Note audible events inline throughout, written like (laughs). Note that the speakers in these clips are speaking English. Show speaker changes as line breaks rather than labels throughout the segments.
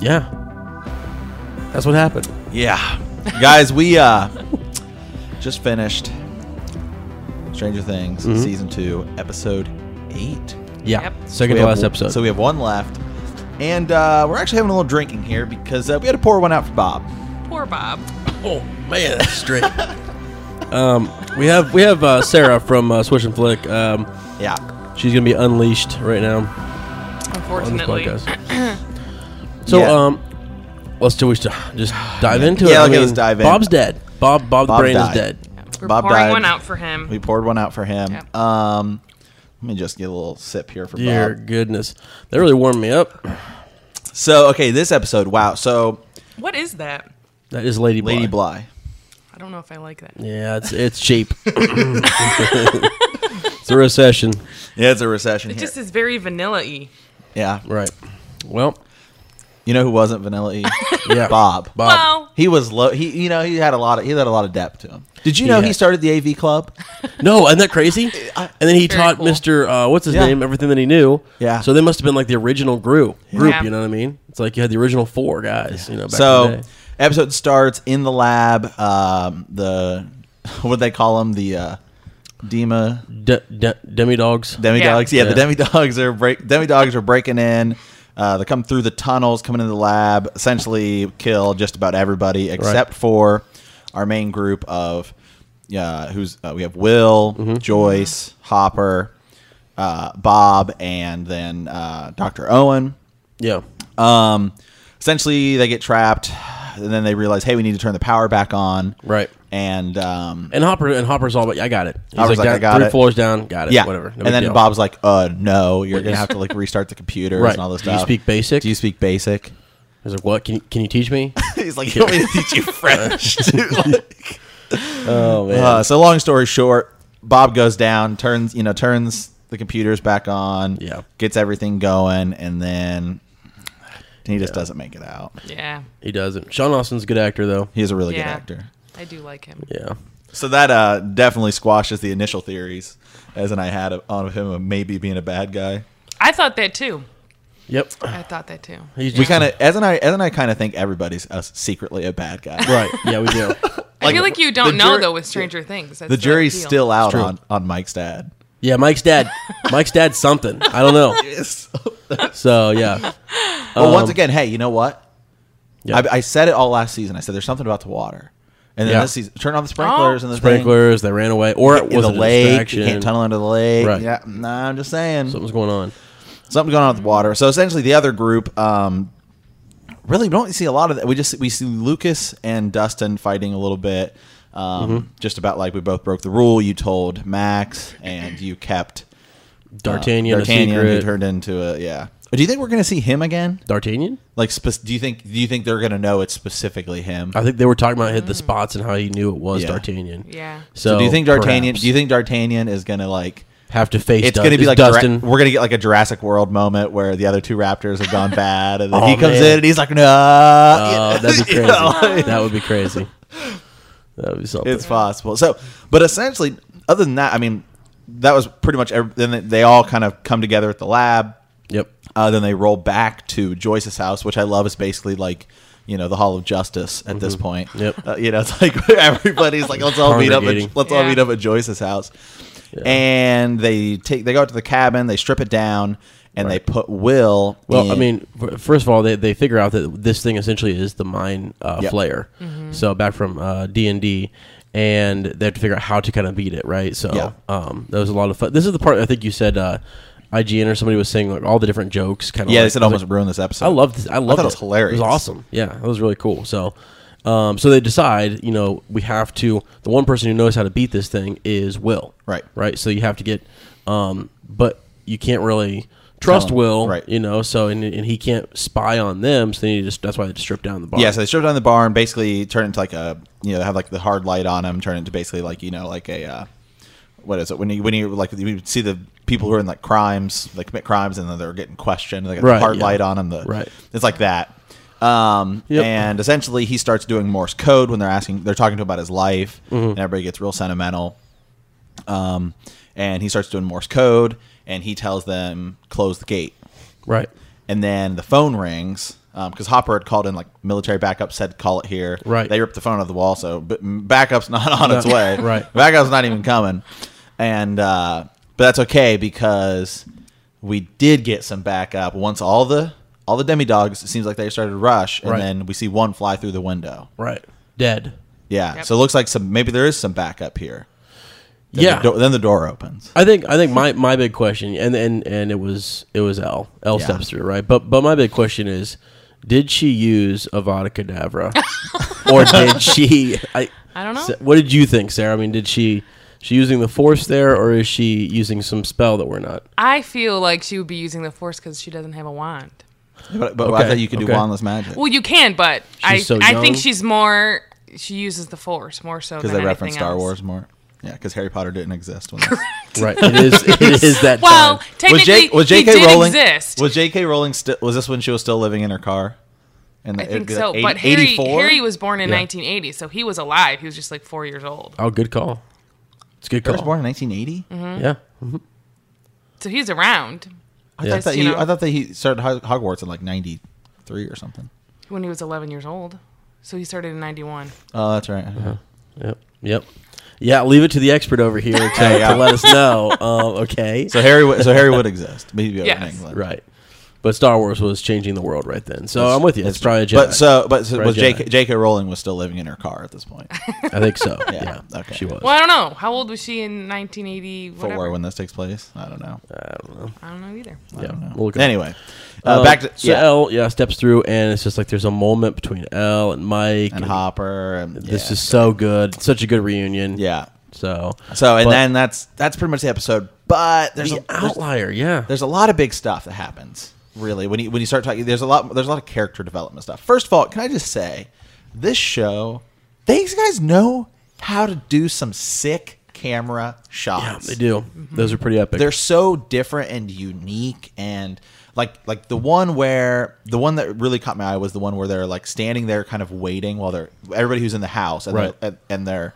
Yeah. That's what happened.
Yeah. Guys, we uh just finished Stranger Things
Mhm.
season 2, episode 8.
Yeah.
Yep.
Second to
We have
last
one-
episode.
So we have one left. And uh, we're actually having a little drinking here because uh, we had to pour one out for Bob.
Poor Bob.
oh man, that's
(laughs)
straight. um, we have we have uh, Sarah from uh, Switch and Flick. Um,
Yeah.
she's gonna be unleashed right now on this
Unfortunately.
(clears throat)
podcast. so
Yeah.
um, let's do we st- just dive into it.
Yeah,
I
let's
mean,
just dive in.
Bob's dead. Bob Bob's
Bob
brain
died.
is dead.
We're
Bob
pouring
died.
one out for him.
We poured one out for him.
Yep.
Um, let me just get a little sip here for
Dear
Bob.
goodness, that really warmed me up.
So, okay, this episode, wow. So,
What is that?
That is Lady Bly.
Lady Bly.
I don't know if I like that.
Yeah, it's it's cheap. (laughs) it's a recession,
Yeah, it's a recession
It
here.
just is very vanilla y.
yeah.
right? Well,
You know who wasn't Vanilla E?
(laughs) yeah,
Bob.
Bob.
Well,
He was low. He, you know, he had a lot of he had a lot of depth to him. Did you know
Yeah.
he started the AV club?
No, isn't that crazy? And then he
Very
taught
cool.
Mister uh, what's his
Yeah.
name everything that he knew.
Yeah.
So they must have been like the original group. Group,
Yeah.
you know what I mean? It's like you had the original four guys. You know, back in the
so
day.
episode starts in the lab. Um, the (laughs) what they call them the uh, Dema
De- de- demi dogs.
demi dogs. Yeah, the
Yeah.
demi dogs are break demi dogs are breaking in. Uh, they come through the tunnels, coming into the lab, essentially kill just about everybody except for our main group of uh, who's uh, we have Will, Joyce, Hopper, uh, Bob, and then uh, Doctor Owen.
yeah.
Um, essentially, they get trapped, and then they realize, hey, we need to turn the power back on.
Right.
And um,
And Hopper and Hopper's all, but I got it. He's
Hopper's like,
down,
"I got
three
it."
floors down, got it.
yeah,
whatever. No big
and then
deal.
Bob's like, uh, no, you're gonna
is-
have to like restart the computers
Right.
and all this
Do you
stuff.
speak basic?
Do you
(laughs)
speak basic?
he's like, "What? Can you, can you teach
(laughs)
me?"
He's like, you want me to (laughs) teach you French? too?"
(laughs)
Like-
oh man.
uh, so long story short, Bob goes down, turns you know turns the computers back on.
Yeah.
gets everything going, and then he just doesn't make it out.
yeah.
he doesn't. Sean Austin's a good actor though.
He's a really
yeah.
good actor.
I do like him.
Yeah.
So that uh, definitely squashes the initial theories, as and I had on him of maybe being a bad guy.
I thought that too.
Yep.
I thought that too.
He's
We kind of as and I as and I kind of think everybody's us secretly a bad guy.
right. Yeah, we do.
I feel like you
the
don't know
jury-
though with Stranger Things. That's
The jury's
deal.
still out
true.
on on Mike's dad.
Yeah, Mike's dad. Mike's dad's something. I don't
(laughs)
know. So yeah.
well, once
Um,
again, hey, you know what?
Yeah.
I, I said it all last season. I said there's something about the water, and then
Yeah.
this season, turn on the sprinklers
Oh.
and the thing.
sprinklers. They ran away, or it
in
was a
the lake. You
distraction.
can't tunnel under the lake.
Right.
Yeah, nah, I'm just saying.
Something's going on.
Uh, something going on with the water. So essentially, the other group, um, really don't see a lot of that. We just we see Lucas and Dustin fighting a little bit, um,
Mm-hmm.
just about like we both broke the rule. You told Max, and you kept uh,
D'Artagnan,
D'Artagnan,
a
who
secret.
turned into a yeah. Do you think we're gonna see him again?
D'Artagnan.
Like, spec- do you think do you think they're gonna know it's specifically him?
I think they were talking about hit the spots and how he knew it was
Yeah.
D'Artagnan.
Yeah.
So,
do you think D'Artagnan?
perhaps
Do you think D'Artagnan is gonna like?
have to face?
It's
Dust-
going to be
is
like
Dustin. (laughs)
Jura- we're going to get like a Jurassic World moment where the other two raptors have gone bad, and then
Oh,
he comes
man.
in and he's like, "No,
Oh, that'd be
(laughs) You
crazy.
know, like,
that would be crazy. That would be something.
it's possible." So, but essentially, other than that, I mean, that was pretty much. Every, then they all kind of come together at the lab.
yep.
Uh, then they roll back to Joyce's house, which I love. is basically like. You know the Hall of Justice at this point.
Mm-hmm. Yep.
Uh, you know it's like (laughs) everybody's like, let's all meet up.
Congregating.
At, let's all
Yeah.
meet up at Joyce's house.
Yeah.
and they take they go out to the cabin, they strip it down, and they put Will.
Well,
in-
I mean, f- first of all, they, they figure out that this thing essentially is the mine uh,
Yep.
flayer. So back from uh, D and D, and they have to figure out how to kind of beat it, right? So
Yeah.
um, that was a lot of fun. This is the part I think you said uh, IGN or somebody was saying like all the different jokes, kind of.
yeah, they
like-
said almost ruined this episode.
I loved. This. I loved
thought it was hilarious.
It was awesome. Yeah, it was really cool. So, um, so they decide. You know, we have to. The one person who knows how to beat this thing is Will.
Right.
Right. So you have to get. Um, but you can't really trust
him.
Will.
Right.
You know. So and, and he can't spy on them. So they need to. Just, that's why they just strip down the bar.
Yeah, so they strip down the barn, basically turn it into like a you know they have like the hard light on them, turn it into basically like you know like a uh, what is it when you when you like you see the people who are in like crimes they commit crimes and then they're getting questioned. They got the
Right,
hard
yeah.
light on them. The,
Right.
it's like that. Um,
Yep.
and essentially he starts doing Morse code when they're asking they're talking to him about his life
Mm-hmm.
and everybody gets real sentimental. Um, and he starts doing Morse code and he tells them close the gate
Right.
and then the phone rings. because Hopper had called in like military backup, said call it here.
Right.
They ripped the phone off the wall, so but mm, backup's (laughs) not on its
No.
way.
(laughs) Right.
Backup's not even coming, and uh, but that's okay because we did get some backup once all the all the demidogs. It seems like they started to rush, and
Right.
then we see one fly through the window.
Right. Dead.
Yeah.
Yep.
So it looks like some maybe there is some backup here. Then
Yeah.
The do- then the door opens.
I think I think my, my big question and, and and it was it was L. L
Yeah.
steps through, right? But but my big question is did she use Avada
(laughs)
Kedavra? or did she I
I don't know.
Sa- What did you think, Sarah? I mean, did she she using the force there or is she using some spell that we're not?
I feel like she would be using the force because she doesn't have a wand.
But, but I
Okay,
thought you could do
okay.
wandless magic.
Well, you can, but I
so
I
young.
think she's more. She uses the force more so
because
than
they
anything
reference Star
else.
Wars more. Yeah, because Harry Potter didn't exist.
(laughs)
When this-
Right. It is it is that
Well,
time.
technically, he did exist.
Was J.K. Rowling still? Was this when she was still living in her car? And
I think so, but Harry Harry was born in
Yeah.
1980, so he was alive. He was just like four years old,
Oh, good call. It's a good
He
call.
was born in 1980.
Mm-hmm.
Yeah.
so he's around
I
Yeah.
thought that
You
he,
know.
I thought that he started Hog- Hogwarts in like 93 or something.
when he was 11 years old. So he started in 91.
Oh, that's right.
Yep. Yep. Yeah, leave it to the expert over
(laughs)
here to,
Yeah.
to let us know. Um, okay.
So Harry, would- so Harry would exist. Maybe over in
Yes.
England.
right. But Star Wars was changing the world right then. So I'm with you. It's probably a Jedi.
But so, but so,
Right,
was
Jedi.
J.K. J.K. Rowling was still living in her car at this
(laughs)
point.
I think so.
(laughs) Yeah,
yeah.
okay.
She was.
Well, I don't know. How old was she in 1980?
Four
Whatever.
when this takes place. I don't know.
I don't know.
I don't know either.
Yeah.
I don't know.
We'll look it up.
anyway, uh,
Um,
back to
so L, yeah, steps through, and it's just like there's a moment between L and Mike.
and Hopper. And,
This
yeah.
is so good. Such a good reunion.
yeah.
So.
So and
But-
then that's that's pretty much the episode. But there's
the
a, there's,
outlier, yeah.
there's a lot of big stuff that happens. Really, when you when you start talking, there's a lot there's a lot of character development stuff. First of all, can I just say, this show, these guys know how to do some sick camera
yeah,
shots.
they do. Those are pretty epic.
They're so different and unique and like like the one where the one that really caught my eye was the one where they're like standing there kind of waiting while they're everybody who's in the house and
Right.
they're, and they're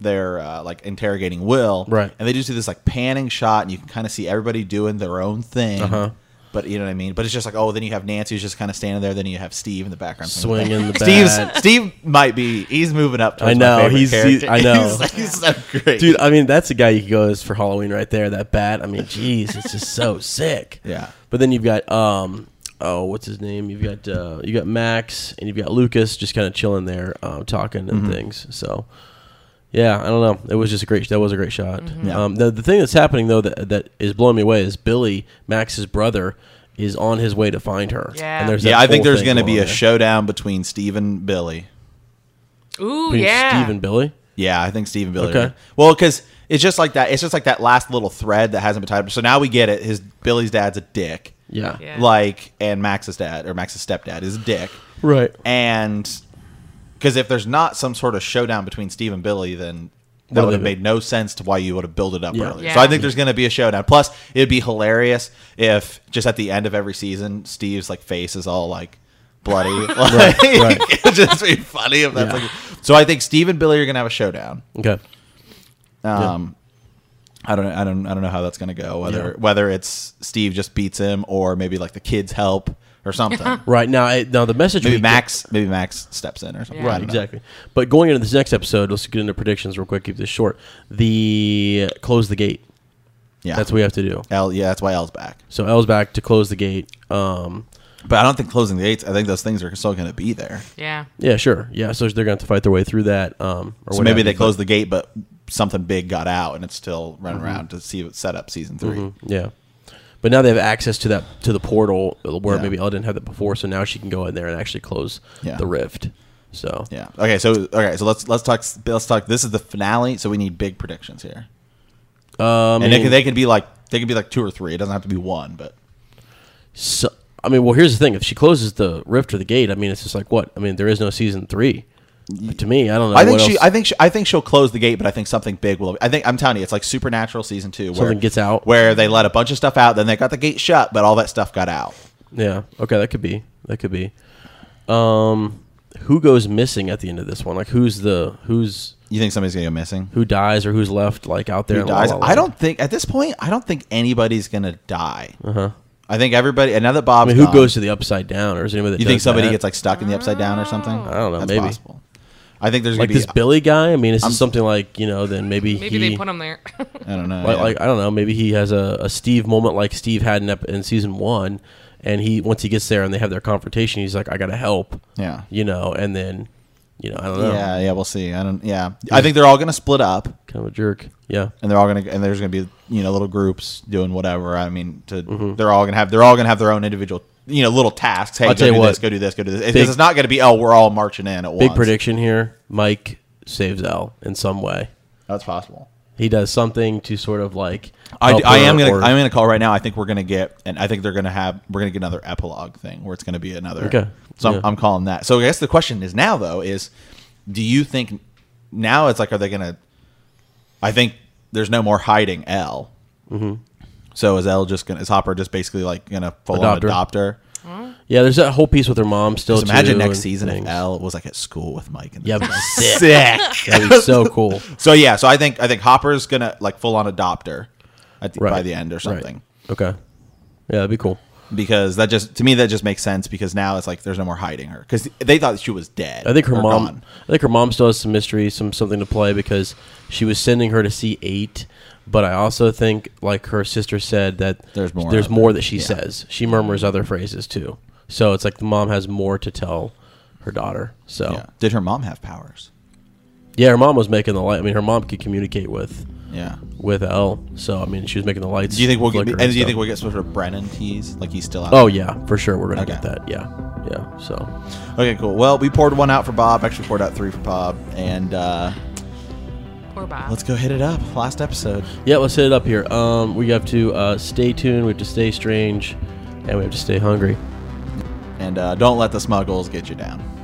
they're uh, like interrogating Will
Right.
and they do see this like panning shot and you can kind of see everybody doing their own thing.
Uh-huh.
But you know what I mean. But it's just like, oh, then you have Nancy who's just kind of standing there. Then you have Steve in the background
Swinging the
Steve's,
bat.
Steve might be. He's moving up. Towards
I
my
know,
favorite
he's- he-
(laughs) character.
I know.
He's, he's so great,
Dude, I mean, that's a guy you could go as for Halloween right there. That bat. I mean, jeez, it's just
(laughs)
so sick.
Yeah.
But then you've got um, oh, what's his name? You've got uh, you got Max and you've got Lucas just kind of chilling there, um, talking
Mm-hmm.
and things. So, yeah, I don't know. It was just a great. That was a great shot.
Mm-hmm.
Yeah.
Um, the the thing that's happening though that that is blowing me away is Billy Max's brother is on his way to find her.
Yeah.
that
Yeah, I think
whole
there's
thing
going to
going
be
on
a
there.
showdown between Steve and Billy.
Ooh,
between
yeah.
Steve and Billy.
Yeah, I think Steve and Billy.
Okay.
Are, well, because it's just like that. It's just like that last little thread that hasn't been tied up. So now we get it. His Billy's dad's a dick.
Yeah.
Yeah.
Like, and Max's dad or Max's stepdad is a dick.
Right.
And because if there's not some sort of showdown between Steve and Billy, then that
Would've
would have
been-
made no sense to why you would have built it up
Yeah.
earlier.
Yeah.
So I think there's going to be a showdown. Plus, it'd be hilarious if just at the end of every season, Steve's like face is all like
(laughs)
bloody.
right.
Like, (laughs) it'd just be funny if that's
Yeah.
like. So I think Steve and Billy are going to have a showdown.
Okay.
Um, I don't, I don't, I don't know how that's going to go. Whether
Yeah.
whether it's Steve just beats him, or maybe like the kids help or something.
Right now, I, now the message
maybe
we-
Max, maybe Max steps in or something.
Yeah.
I
Right,
don't know.
exactly. But going into this next episode, let's get into predictions real quick. Keep this short. The close the gate.
Yeah,
That's what we have to do.
L, yeah, that's why L's back.
So L's back to close the gate. Um,
But I don't think closing the gates. I think those things are still going to be there.
yeah.
yeah, sure. Yeah, so they're going to have to fight their way through that. Um, or
So
what
maybe they
have you,
closed the gate, but something big got out, and it's still running around to see what set up season 3
but- Yeah. But now they have access to that to the portal where
Yeah.
maybe Elle didn't have that before. So now she can go in there and actually close
Yeah.
the rift. So
Yeah. Okay. So okay. So let's let's talk. Let's talk. This is the finale, so we need big predictions here,
um,
and they can, they can be like they can be like two or three. It doesn't have to be one, but
so, I mean, well, here's the thing: if she closes the rift or the gate, I mean, it's just like what? I mean, there is no season three. To me, I don't know.
I think
what
she,
else-
I think she, I think she'll close the gate, but I think something big will. I think I'm telling you, it's like Supernatural season two, where
Something gets out.
where they let a bunch of stuff out, then they got the gate shut, but all that stuff got out.
Yeah. Okay, that could be. That could be. Um who goes missing at the end of this one? Like who's the who's
You think somebody's gonna go missing?
who dies or who's left like out there?
Who
in La
dies?
La La?
I don't think at this point, I don't think anybody's gonna die. Uh huh. I think everybody. And now that Bob's
Uh-huh. I mean, who
gone-
goes to the upside down, or is anybody? That
You think
does
somebody
that?
gets like stuck in the upside down or something?
I
don't know,
That's
maybe.
possible. I think there's
like
gonna
this
be.
Billy guy? I mean, is
I'm-
this something like you know? Then maybe
Maybe
he,
they put him there. (laughs)
I don't know.
like,
yeah.
like, I don't know. Maybe he has a, a Steve moment like Steve had in, ep- in season one, and he once he gets there and they have their confrontation, he's like, I gotta help,
yeah.
you know, and then you know, I don't know,
Yeah, yeah, we'll see. I don't. Yeah, I think they're all gonna split up,
kind of a jerk, yeah.
and they're all gonna, and there's gonna be you know little groups doing whatever. I mean, to they're all gonna have they're all gonna have their own individual you know little tasks. Hey,
Mm-hmm. I'll
go
tell you
do
what.
this, go do this, go do this. It's-
Big-
it's not gonna be oh we're all marching in at once.
Big prediction here: Mike saves L in some way.
That's possible.
He does something to sort of like.
I,
help
I am
her
gonna
or-
I'm gonna call right now. I think we're gonna get, and I think they're gonna have we're gonna get another epilogue thing where it's gonna be another.
Okay.
So I'm,
Yeah.
I'm calling that. So I guess the question is now though is, do you think now it's like are they gonna? I think there's no more hiding L. Mm-hmm. So is L just gonna is Hopper just basically like gonna full on
Adopt her.
adopt her?
yeah. There's that whole piece with her mom still.
Just imagine
too, and
next season if
things.
L was like at school with Mike and (laughs)
Yeah, (laughs)
yeah,
that'd be sick.
sick.
That'd be so cool.
so yeah, so I think I think Hopper's gonna like full on adopt her, I think by
Right.
the end or
Right.
something.
Okay. Yeah, that'd be cool.
because that just to me that just makes sense because now it's like there's no more hiding her because they thought she was dead.
I think her
or
mom.
gone.
I think her mom still has some mystery, some something to play because she was sending her to see eight. But I also think, like her sister said, that
There's more
There's
out
more
there.
that she
Yeah.
says. She murmurs other phrases too. So it's like the mom has more to tell her daughter. So
Yeah. Did her mom have powers?
yeah, her mom was making the light. I mean, her mom could communicate with
Yeah.
with L. So I mean, she was making the lights.
Do you think we'll get?
flicker
And do you
stuff.
think we'll get some sort of Brennan tease? Like he's still out.
Oh yeah, for sure we're gonna
Okay.
get that. Yeah, yeah. So
Okay. Cool. Well, we poured one out for Bob. Actually, poured out three for Bob. And uh,
Poor Bob.
let's go hit it up. Last episode.
Yeah, let's hit it up here. Um, we have to uh, stay tuned. We have to stay strange, and we have to stay hungry.
And uh, don't let the smuggles get you down.